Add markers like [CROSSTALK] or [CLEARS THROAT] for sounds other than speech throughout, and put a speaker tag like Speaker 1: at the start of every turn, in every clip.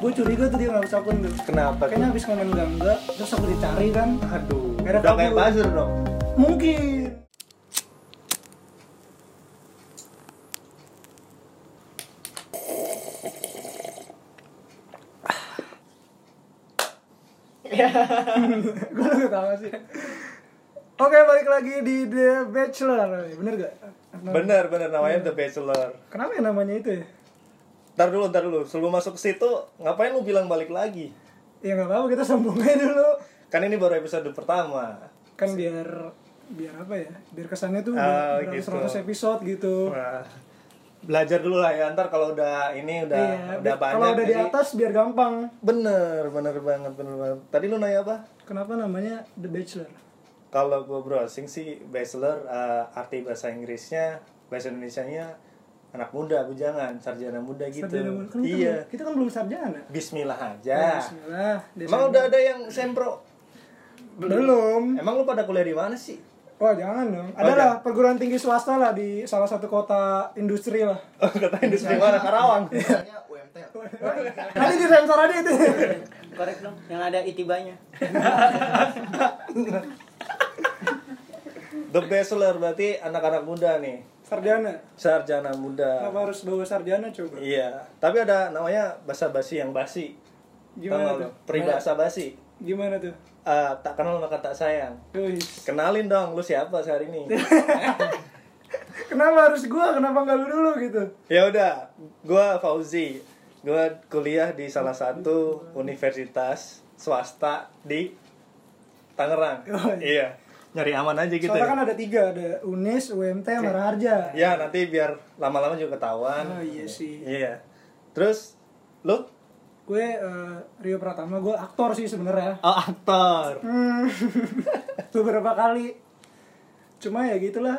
Speaker 1: gue curiga tuh dia nggak bisa akun tuh
Speaker 2: Kenapa tuh?
Speaker 1: kayaknya habis main gangga terus aku dicari kan
Speaker 2: Aduh,
Speaker 1: Akhirnya
Speaker 2: udah kayak
Speaker 1: kabur.
Speaker 2: buzzer dong.
Speaker 1: [LAUGHS] mungkin gue lagi ketawa sih Oke balik lagi di The Bachelor Bener gak?
Speaker 2: Bener, bener namanya The Bachelor.
Speaker 1: Kenapa ya namanya itu ya?
Speaker 2: Ntar dulu, ntar dulu. Sebelum masuk ke situ, ngapain lu bilang balik lagi?
Speaker 1: Ya gak apa-apa kita sambung aja dulu
Speaker 2: Kan ini baru episode pertama.
Speaker 1: Kan biar biar apa ya biar kesannya tuh
Speaker 2: Ah,
Speaker 1: udah
Speaker 2: gitu.
Speaker 1: 100 episode gitu
Speaker 2: Nah, belajar dulu lah ya. Ntar kalau udah ini udah udah
Speaker 1: bi-
Speaker 2: banyak.
Speaker 1: Iya, kalau udah di
Speaker 2: jadi-
Speaker 1: atas biar gampang
Speaker 2: Bener, bener banget, bener banget. Tadi lu nanya apa?
Speaker 1: Kenapa namanya The Bachelor?
Speaker 2: Kalau gue browsing sih Bachelor eh, arti bahasa Inggrisnya, bahasa Indonesianya anak muda, bujangan, sarjana muda gitu.
Speaker 1: Sarjana muda. Kan kita
Speaker 2: iya.
Speaker 1: belum- Kita kan belum sarjana. Ya,
Speaker 2: Bismillah aja.
Speaker 1: Nah, Bismillah.
Speaker 2: Emang udah ada yang sempro?
Speaker 1: Belum.
Speaker 2: Emang lu pada kuliah di mana sih?
Speaker 1: Wah jangan dong. Ada lah perguruan tinggi swasta lah di salah satu kota industri lah.
Speaker 2: Oh, kata industri mana? Karawang.
Speaker 3: Misalnya
Speaker 2: Iya.
Speaker 3: UMT.
Speaker 1: Nanti di sensor aja itu.
Speaker 4: Korek dong, yang ada itibanya.
Speaker 2: The Bachelor berarti anak-anak muda nih.
Speaker 1: sarjana.
Speaker 2: Sarjana muda.
Speaker 1: Kenapa harus bawa sarjana coba?
Speaker 2: Iya. Tapi ada namanya bahasa basi yang basi.
Speaker 1: Gimana
Speaker 2: Tau nggak
Speaker 1: tuh?
Speaker 2: lu? Peribahasa basi.
Speaker 1: Gimana tuh?
Speaker 2: Eh, tak kenal maka tak sayang.
Speaker 1: Wih.
Speaker 2: Kenalin dong, lu siapa
Speaker 1: [LAUGHS]
Speaker 2: sehari ini?
Speaker 1: Kenapa harus gua? Kenapa nggak lu dulu gitu?
Speaker 2: ya udah, gua Fauzi. Gua kuliah di salah satu universitas swasta di Tangerang.
Speaker 1: Oh,
Speaker 2: iya. Nyari aman aja gitu.
Speaker 1: Soalnya
Speaker 2: ya.
Speaker 1: kan ada tiga, ada UNIS, UMT, sama Raharja.
Speaker 2: Ya nanti biar lama-lama juga ketahuan.
Speaker 1: Oh, iya sih.
Speaker 2: Iya. Terus lu
Speaker 1: Gue eh, Rio Pratama, gue aktor sih sebenarnya.
Speaker 2: oh, aktor.
Speaker 1: Hmm, [LAUGHS] beberapa kali cuma ya gitulah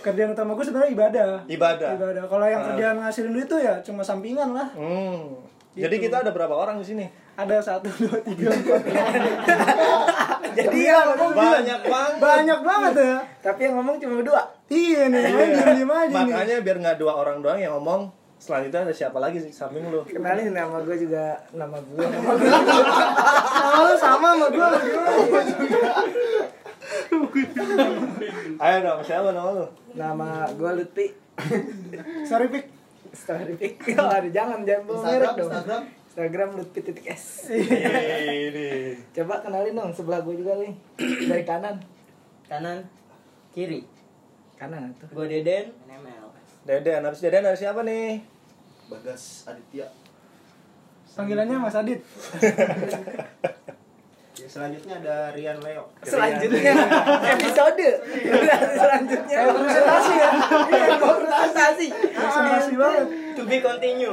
Speaker 1: kerjaan utama gue sebenarnya ibadah
Speaker 2: Ibadah.
Speaker 1: ibadah kalau yang
Speaker 2: Ah.
Speaker 1: kerjaan ngasilin duit tuh ya cuma sampingan lah
Speaker 2: Hmm.
Speaker 1: Gitu.
Speaker 2: Jadi kita ada berapa orang di sini?
Speaker 1: ada satu dua tiga
Speaker 2: [LAUGHS]
Speaker 1: empat
Speaker 2: Jadi
Speaker 1: ya,
Speaker 2: banyak banget.
Speaker 1: banyak banget ya
Speaker 4: Tapi yang ngomong cuma berdua.
Speaker 1: iya nih main diem diem aja nih
Speaker 2: Makanya biar nggak dua orang doang yang ngomong. Selanjutnya ada siapa lagi sih samping lu?
Speaker 4: Kenalin nama gue juga nama gue.
Speaker 1: sama lu sama sama gue
Speaker 2: Ayo dong, siapa nama lu?
Speaker 4: Nama gue Lutfi.
Speaker 1: sorry pik
Speaker 4: Story [LAUGHS] pick. Aduh, jangan jangan bawa
Speaker 3: Instagram,
Speaker 4: merek dong.
Speaker 3: Instagram.
Speaker 4: Instagram Lutfi titik S.
Speaker 2: Ini.
Speaker 4: Coba kenalin dong sebelah gue juga [CLEARS THROAT] nih. Dari kanan.
Speaker 5: kanan kiri
Speaker 4: Kanan tuh.
Speaker 5: gue deden NML
Speaker 2: Deden, habis Deden ada siapa nih?
Speaker 3: Bagas Aditya.
Speaker 1: panggilannya mas adit
Speaker 3: Ya, selanjutnya ada Rian Leo.
Speaker 4: Selanjutnya [LAUGHS] episode. Selanjutnya presentasi ya. Iya, mau presentasi.
Speaker 1: presentasi banget
Speaker 5: to be continue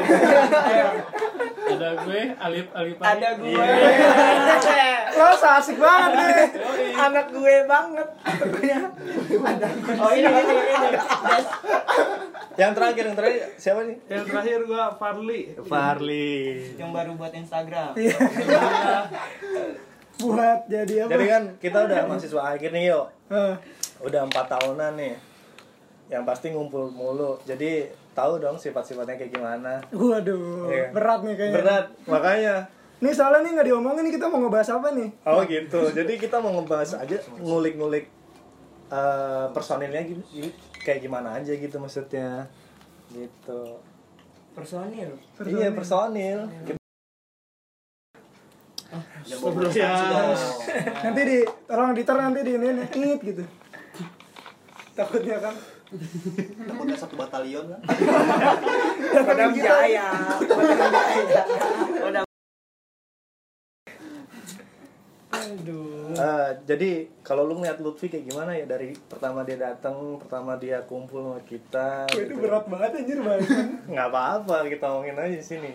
Speaker 6: ada gue Alip Alip Iya.
Speaker 5: ada gue
Speaker 1: lo asik banget
Speaker 2: [LAUGHS]
Speaker 1: nih
Speaker 4: Anak gue banget.
Speaker 5: oh ini ini ini Des-
Speaker 2: Yang terakhir, yang terakhir siapa nih?
Speaker 6: yang terakhir gua Farli
Speaker 2: Farli.
Speaker 5: yang baru buat Instagram
Speaker 1: buat jadi apa
Speaker 2: Jadi kan kita udah mahasiswa akhir nih yuk.
Speaker 1: Eh,
Speaker 2: udah empat tahunan nih yang pasti ngumpul mulu jadi tahu dong sifat-sifatnya kayak gimana
Speaker 1: waduh
Speaker 2: Iya.
Speaker 1: berat nih kayaknya
Speaker 2: berat makanya
Speaker 1: Nih soalnya nih nggak diomongin nih kita mau ngebahas apa nih?
Speaker 2: oh gitu jadi kita mau ngebahas aja ngulik-ngulik eh, personilnya gitu kayak gimana aja gitu maksudnya gitu
Speaker 5: personil
Speaker 2: iya personil
Speaker 1: Ah, Nanti di orang diter nanti di ini ngit gitu. Takutnya kan.
Speaker 3: Takutnya satu batalion kan.
Speaker 4: Kodam Jaya. Kodam Jaya. Kodam
Speaker 2: Eh, jadi kalau lu ngeliat Lutfi kayak gimana ya dari pertama dia datang pertama dia kumpul sama kita
Speaker 1: Wah, itu
Speaker 2: gitu.
Speaker 1: berat banget anjir banget.
Speaker 2: nggak apa-apa kita ngomongin aja di sini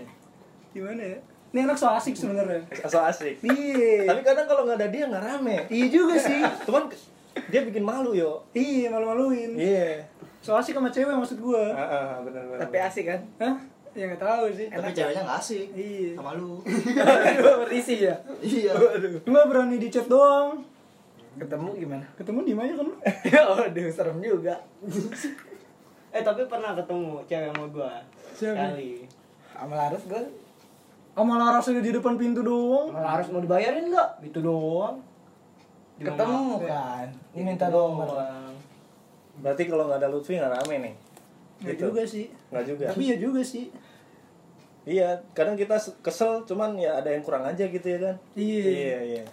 Speaker 1: Gimana ya? Ini anak so asik sebenarnya.
Speaker 2: asal asik
Speaker 1: Iya.
Speaker 2: Tapi kadang kalau nggak ada dia nggak rame.
Speaker 1: Iya juga sih.
Speaker 2: Cuman ke- dia bikin malu yo.
Speaker 1: Iya malu-maluin.
Speaker 2: Iya.
Speaker 1: So asik sama cewek maksud gua.
Speaker 2: Heeh, benar benar.
Speaker 4: Tapi asik kan?
Speaker 1: Hah? Ya nggak tahu sih.
Speaker 3: Tapi ceweknya nggak asik.
Speaker 1: Iya.
Speaker 3: Sama lu.
Speaker 4: Berisi ya.
Speaker 3: iya.
Speaker 1: Cuma berani di chat doang.
Speaker 4: Ketemu gimana?
Speaker 1: Ketemu di mana kan? lu?
Speaker 4: Aduh, serem juga.
Speaker 5: eh tapi pernah ketemu cewek sama gue
Speaker 1: Siapa?
Speaker 5: sekali
Speaker 4: Sama Laras gue
Speaker 1: Oh malah rasanya di depan pintu doang.
Speaker 4: Malah harus mau dibayarin nggak?
Speaker 1: Gitu doang.
Speaker 4: Ketemu kan. Ini minta doang.
Speaker 2: Berarti kalau nggak ada Lutfi nggak rame nih.
Speaker 1: Nggak
Speaker 2: Gitu.
Speaker 1: juga sih.
Speaker 2: Nggak juga.
Speaker 1: Tapi ya juga sih.
Speaker 2: Iya, kadang kita se- kesel cuman ya ada yang kurang aja gitu ya kan.
Speaker 1: Iya.
Speaker 2: Iya, iya.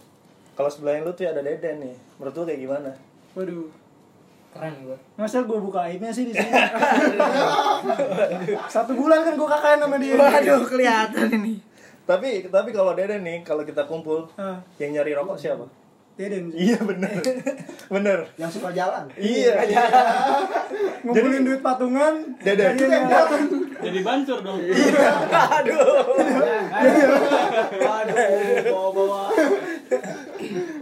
Speaker 2: Kalau sebelahnya Lutfi ada Deden nih. Menurut lu kayak gimana?
Speaker 1: Waduh.
Speaker 4: Keren gua.
Speaker 1: Masa gue buka aibnya sih di sini? [LAUGHS] Satu bulan kan gue kakain sama dia.
Speaker 4: Waduh, kelihatan ini.
Speaker 2: Tapi tapi kalau Deden nih kalau kita kumpul
Speaker 1: Ah,
Speaker 2: yang nyari rokok siapa?
Speaker 1: Deden.
Speaker 2: Iya bener [LAUGHS] Bener.
Speaker 3: yang suka jalan
Speaker 2: Iya.
Speaker 1: Ngumpulin duit patungan.
Speaker 2: Deden.
Speaker 1: Jadi yang datang.
Speaker 6: Jadi bancur
Speaker 4: [LAUGHS]
Speaker 6: dong.
Speaker 4: Iya.
Speaker 3: aduh bawa bawa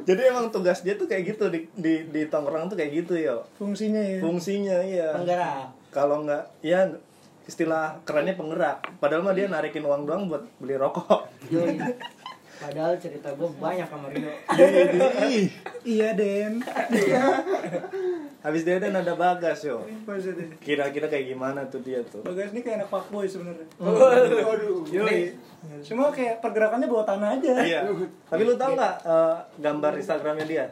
Speaker 2: Jadi emang tugas dia tuh kayak gitu di di, di tongkrong tuh kayak gitu ya.
Speaker 1: Fungsinya ya.
Speaker 2: Fungsinya iya.
Speaker 4: Penggerak.
Speaker 2: Kalau nggak ya istilah kerennya penggerak. Padahal mah dia narikin uang doang buat beli rokok.
Speaker 4: Yoi. Padahal cerita gua banyak sama Rio.
Speaker 2: Jadi,
Speaker 1: Iya Den.
Speaker 2: habis Deden ada Bagas yo.
Speaker 1: Masa Den.
Speaker 2: Kira-kira kayak gimana tuh dia tuh?
Speaker 1: Bagas ini kayak anak fuckboy sebenarnya.
Speaker 3: aduh
Speaker 2: Yoi.
Speaker 1: Semua kayak pergerakannya bawa tanah aja.
Speaker 2: Iya. Tapi lu tau nggak eh, gambar Instagramnya dia?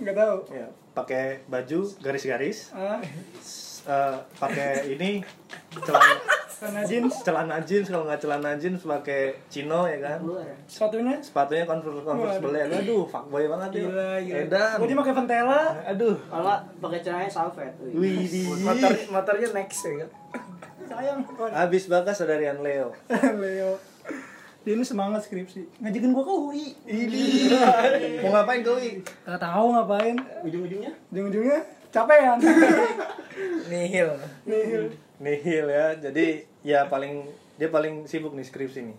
Speaker 1: Nggak tahu.
Speaker 2: Iya. Pakai baju garis-garis,
Speaker 1: Ah,
Speaker 2: s- eh, pakai ini celana
Speaker 1: tanah jeans.
Speaker 2: celana jeans kalau nggak celana jeans pakai chino ya kan.
Speaker 1: Sepatunya
Speaker 2: Sepatunya converse converse ya. Aduh, fuckboy banget ya.
Speaker 1: gila gila.
Speaker 2: Edan.
Speaker 1: Gue dia pakai ventela.
Speaker 2: Aduh.
Speaker 5: Kalau pakai celananya salvet. wih.
Speaker 2: Wih, di.
Speaker 4: Motor- motornya next ya kan.
Speaker 1: Sayang.
Speaker 2: Habis bagas ada Rian Leo.
Speaker 1: Leo. Dia ini semangat skripsi. Ngajakin gue ke UI.
Speaker 2: Ini. Mau ngapain kau? Wi?
Speaker 1: Gak tahu ngapain.
Speaker 3: ujung-ujungnya
Speaker 1: Ujung-ujungnya capean.
Speaker 4: Nihil.
Speaker 1: Nihil.
Speaker 2: Nihil ya. Jadi ya paling dia paling sibuk nih skripsi nih.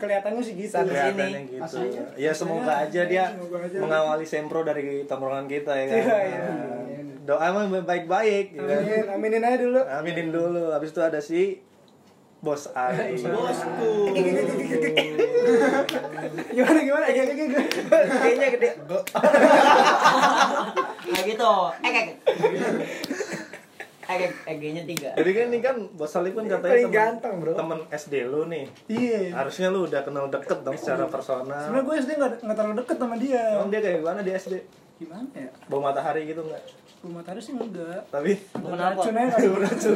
Speaker 1: Kelihatannya sih gitu.
Speaker 4: Satu sini.
Speaker 2: kelihatannya gitu ya semoga aja dia
Speaker 1: Semoga aja.
Speaker 2: mengawali sempro dari tongkrongan kita ya kan
Speaker 1: Iya, iya.
Speaker 2: Ya. doa mah baik-baik ya kan?
Speaker 1: Amin, aminin aja dulu.
Speaker 2: aminin dulu habis itu ada si bos Ali
Speaker 1: Iya.
Speaker 3: bosku
Speaker 1: Gimana gimana? Ya, ya, ya, ya.
Speaker 4: Kayaknya gede. [LAUGHS]
Speaker 5: Kayak gitu. Ek ek. Ek ek EG-nya tiga.
Speaker 2: jadi kan ini kan bos Ali kan katanya
Speaker 4: Paling
Speaker 2: temen,
Speaker 4: ganteng, bro.
Speaker 2: temen SD lu nih
Speaker 1: Iya.
Speaker 2: harusnya lu udah kenal deket dong secara
Speaker 1: Sebenarnya
Speaker 2: personal
Speaker 1: gue SD nggak nggak terlalu deket sama dia.
Speaker 2: Emang dia kayak gimana di SD?
Speaker 1: Gimana ya?
Speaker 2: Bau matahari gitu nggak?
Speaker 1: Rumah tadi sih enggak.
Speaker 2: Tapi
Speaker 5: Kenapa?
Speaker 1: Racun aja nggak ada.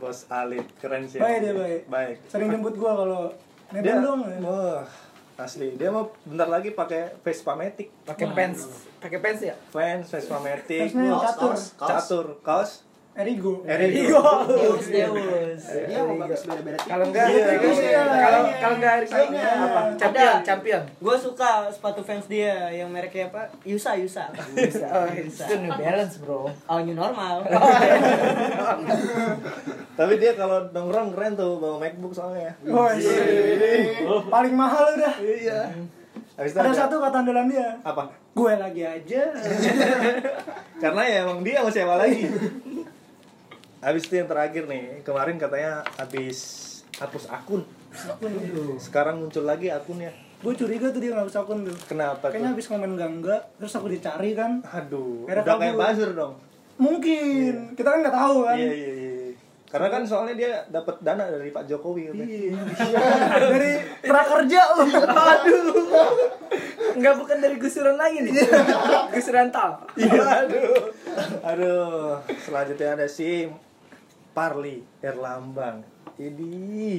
Speaker 2: bos Ali keren sih.
Speaker 1: Baik dia, baik.
Speaker 2: Baik.
Speaker 1: Sering jemput gue kalau
Speaker 2: Dia
Speaker 1: Neden dong. ya.
Speaker 2: wah, asli. Dia mau bentar lagi pakai Vespa Matic.
Speaker 4: Pakai pants. Pakai pants ya?
Speaker 2: Fans, Vespa Matic,
Speaker 1: Fansnya yang
Speaker 3: Kaos,
Speaker 1: catur. Iya.
Speaker 3: kaos.
Speaker 2: catur, kaos,
Speaker 1: Erigo.
Speaker 2: Erigo.
Speaker 5: Deus Deus.
Speaker 3: dia mau bagus beda-beda
Speaker 4: Kalau enggak,
Speaker 2: Iya,
Speaker 4: kalau
Speaker 1: iya.
Speaker 4: kalau kalau enggak Rio, apa? Champion,
Speaker 5: Ada.
Speaker 4: champion.
Speaker 5: Gue suka sepatu fans dia yang mereknya apa? Yusa Yusa. [LAUGHS]
Speaker 4: Oh, itu New Balance, bro.
Speaker 5: Oh new normal.
Speaker 2: [LAUGHS] Tapi dia kalau nongkrong keren tuh bawa MacBook soalnya.
Speaker 1: Oh, iya. Paling mahal udah.
Speaker 2: Iya. Habis itu
Speaker 1: Ada satu kata andalan dia.
Speaker 2: apa?
Speaker 1: Gue lagi aja.
Speaker 2: Karena ya emang dia mau siapa
Speaker 1: [LAUGHS]
Speaker 2: lagi. Habis itu yang terakhir nih, kemarin katanya habis hapus akun. Sekarang muncul lagi akunnya.
Speaker 1: gue curiga tuh dia nggak usah akun tuh.
Speaker 2: Kenapa
Speaker 1: Kayaknya
Speaker 2: tuh?
Speaker 1: habis komen gak enggak, terus aku dicari kan.
Speaker 2: Aduh,
Speaker 1: Karena
Speaker 2: udah
Speaker 1: kabur.
Speaker 2: kayak buzzer dong.
Speaker 1: Mungkin. Kita kan nggak tahu kan.
Speaker 2: Iya, iya, iya. Karena kan soalnya dia dapat dana dari Pak Jokowi. katanya.
Speaker 1: Iya. Dari prakerja lu.
Speaker 4: Aduh. Enggak bukan dari gusuran lagi nih. gusuran tal.
Speaker 2: [LAUGHS] Iya, aduh. Aduh, selanjutnya ada si Parli Erlambang. Ini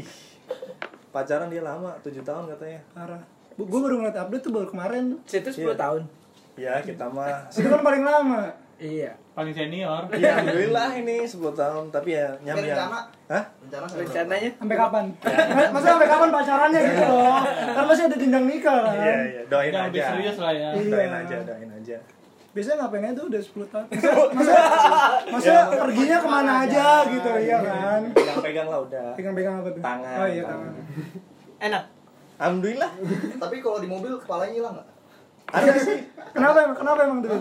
Speaker 2: pacaran dia lama, 7 tahun katanya.
Speaker 1: Parah. Gue baru ngeliat update tuh baru kemarin tuh.
Speaker 4: Situ 10
Speaker 2: Iya.
Speaker 4: tahun.
Speaker 2: Ya, kita mah
Speaker 1: [LAUGHS] Itu kan paling lama.
Speaker 4: Iya.
Speaker 6: Paling senior.
Speaker 2: Ya, alhamdulillah ini 10 tahun, tapi ya nyam nyam.
Speaker 3: Rencana.
Speaker 2: Hah?
Speaker 3: rencana sampai
Speaker 4: Rencananya
Speaker 1: Sampai kapan? Masa sampai kapan pacarannya gitu loh? Kan masih ada jenjang nikah kan.
Speaker 2: Iya, iya, doain
Speaker 6: Yang lebih
Speaker 2: aja.
Speaker 6: serius lah ya.
Speaker 1: Iya.
Speaker 2: Doain aja, doain aja.
Speaker 1: Biasanya ngapain aja tuh udah 10 tahun. Masa, masa, masa perginya kemana aja gitu, iya kan?
Speaker 2: Pegang-pegang lah udah.
Speaker 1: Pegang-pegang apa tuh?
Speaker 2: Tangan,
Speaker 1: Oh iya,
Speaker 2: tangan.
Speaker 1: tangan.
Speaker 5: Enak.
Speaker 2: Alhamdulillah
Speaker 3: kapan. tapi kalau di mobil kepalanya hilang nggak
Speaker 2: ada sih.
Speaker 1: Kenapa emang? Kenapa emang tuh?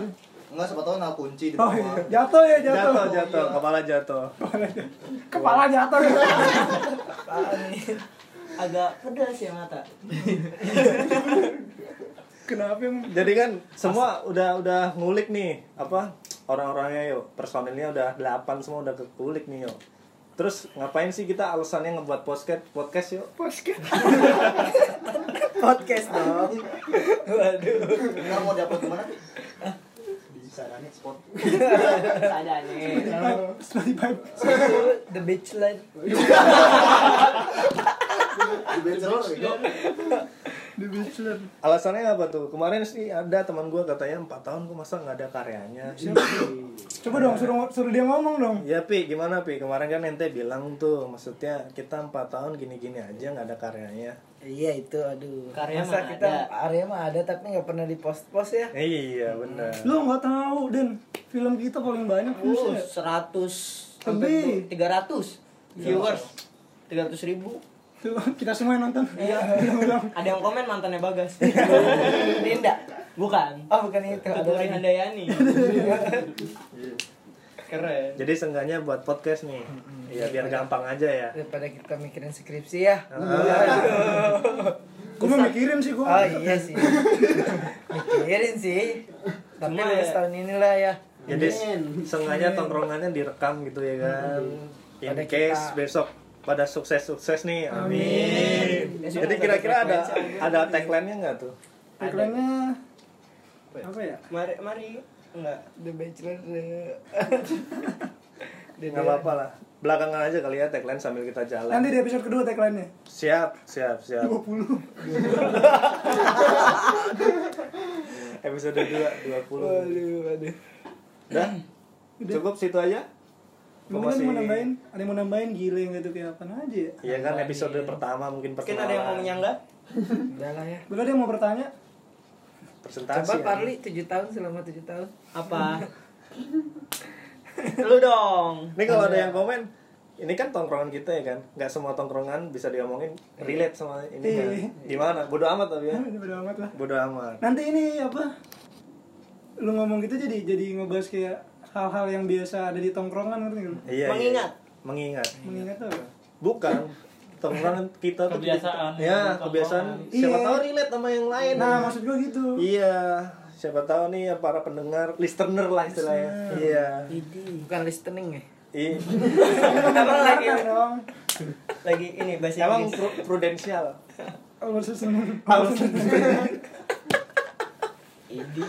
Speaker 3: nggak siapa tahu nal kunci di
Speaker 1: Oh
Speaker 3: rumah
Speaker 1: iya, jatuh ya jatuh.
Speaker 2: Jatuh, jatuh, kepala jatuh.
Speaker 1: Kepala jatuh.
Speaker 5: Agak pedas ya mata.
Speaker 1: Kenapa emang?
Speaker 2: Jadi kan semua udah udah ngulik nih apa orang-orangnya yo personilnya udah 8 semua udah kekulik nih yo. Terus ngapain sih kita alasannya ngebuat podcast podcast yuk?
Speaker 4: podcast dong waduh
Speaker 3: Ntar mau dapat gimana sih? Di sarannya spot.
Speaker 5: Seadanya. [LAUGHS]
Speaker 1: Spotify.
Speaker 4: the bitch line
Speaker 5: Uh,
Speaker 3: Di bachelor ya.
Speaker 1: The Bachelor.
Speaker 2: Alasannya apa tuh? Kemarin sih ada teman gua katanya 4 tahun kok masa nggak ada karyanya.
Speaker 1: Coba dong suruh suruh dia ngomong dong.
Speaker 2: Ya Pi, gimana Pi? Kemarin kan ente bilang tuh, maksudnya kita 4 tahun gini-gini aja nggak ada karyanya.
Speaker 4: iya itu aduh
Speaker 5: Karya
Speaker 4: Masa
Speaker 5: mah
Speaker 4: kita
Speaker 5: ada.
Speaker 4: karya mah ada tapi nggak pernah dipost-post ya
Speaker 2: Iya, benar.
Speaker 1: Lu nggak tahu Den, film kita paling banyak
Speaker 5: Uh,
Speaker 1: viewsnya.
Speaker 5: 100
Speaker 1: Lebih.
Speaker 5: sampai 300 viewers. 300 ribu.
Speaker 1: Tuh, kita semua yang nonton. [LAUGHS] Iya.
Speaker 5: Ada yang komen mantannya Bagas. Dinda. Bukan.
Speaker 4: oh bukan itu ada
Speaker 5: Tuturi
Speaker 4: lagi
Speaker 5: Handayani. Keren.
Speaker 2: Jadi seenggaknya buat podcast nih. Iya, biar gampang aja ya.
Speaker 4: daripada kita mikirin skripsi ya
Speaker 1: Gue mau mikirin sih gue.
Speaker 4: oh iya sih [LAUGHS] mikirin sih tapi
Speaker 5: Cuma ya-
Speaker 4: udah setahun inilah ya
Speaker 2: Jadi seenggaknya tongkrongannya direkam gitu ya kan. In
Speaker 4: Pada
Speaker 2: case
Speaker 4: kita.
Speaker 2: besok pada sukses-sukses nih. Amin.
Speaker 5: Amin.
Speaker 2: Jadi kira-kira ada ada tagline-nya nggak tuh?
Speaker 1: Tagline-nya apa ya?
Speaker 5: Mari mari enggak
Speaker 4: the bachelor the-
Speaker 2: Nggak apa-apa lah. Belakangan aja kali ya tagline sambil kita jalan.
Speaker 1: Nanti di episode kedua tagline-nya.
Speaker 2: Siap, siap, siap.
Speaker 1: 20.
Speaker 2: [LAUGHS] Episode 2 20.
Speaker 4: Aduh, aduh.
Speaker 2: Udah?
Speaker 1: Udah.
Speaker 2: Cukup situ aja?
Speaker 1: Mungkin ada yang mau
Speaker 2: Masih-
Speaker 1: nambahin, ada yang mau nambahin gile gitu kayak apa aja ya.
Speaker 2: Iya kan episode pertama mungkin
Speaker 5: Mungkin ada yang mau
Speaker 2: perkenalan.
Speaker 5: menyangga?
Speaker 4: udah lah ya
Speaker 1: Belum ada yang mau bertanya?
Speaker 2: presentasi. ya.
Speaker 4: coba Parli 7 tahun selama 7 tahun
Speaker 5: Apa? Lu dong.
Speaker 2: Ini kalau ada yang komen, ini kan tongkrongan kita ya kan, nggak semua tongkrongan bisa diomongin relate sama ini kan.
Speaker 1: Iya.
Speaker 2: Gimana? Bodoh amat tapi ya.
Speaker 1: Hah, ini bodo amat lah.
Speaker 2: Bodoh amat.
Speaker 1: Nanti ini apa? Lu ngomong gitu jadi jadi ngebahas kayak hal-hal yang biasa ada di tongkrongan ngerti nggak lu?
Speaker 2: Iya. iya.
Speaker 5: Mengingat.
Speaker 2: Mengingat.
Speaker 1: Mengingat tuh.
Speaker 2: Bukan tongkrongan kita tuh
Speaker 6: Kebiasaan.
Speaker 2: jadi- Ya, kebiasaan.
Speaker 1: Tongkrongan.
Speaker 2: Siapa
Speaker 1: Iya.
Speaker 2: tahu relate sama yang
Speaker 5: Iya.
Speaker 2: lain.
Speaker 1: Nah, maksud gue gitu.
Speaker 2: Iya. Siapa tahu nih ya para pendengar, listener lah istilahnya. Iya.
Speaker 4: bukan listening ya
Speaker 2: Iya.
Speaker 5: Emang lagi
Speaker 1: Dengarkan dong.
Speaker 5: [LAUGHS] lagi ini bahasa
Speaker 2: Emang
Speaker 5: Inggris.
Speaker 2: pru- prudensial.
Speaker 1: Awal susun.
Speaker 5: Idi.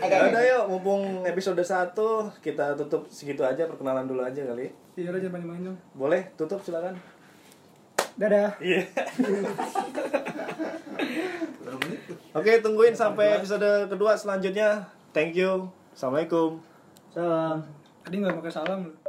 Speaker 2: Ya udah yuk, mumpung episode 1 kita tutup segitu aja perkenalan dulu aja kali.
Speaker 1: Iya, udah jangan panjang-panjang.
Speaker 2: Boleh tutup silakan.
Speaker 1: Dadah.
Speaker 2: Iya. Oke, tungguin sampai episode kedua selanjutnya. Thank you. Assalamuaikum.
Speaker 5: Salam.
Speaker 1: Tadi nggak pakai salam lu.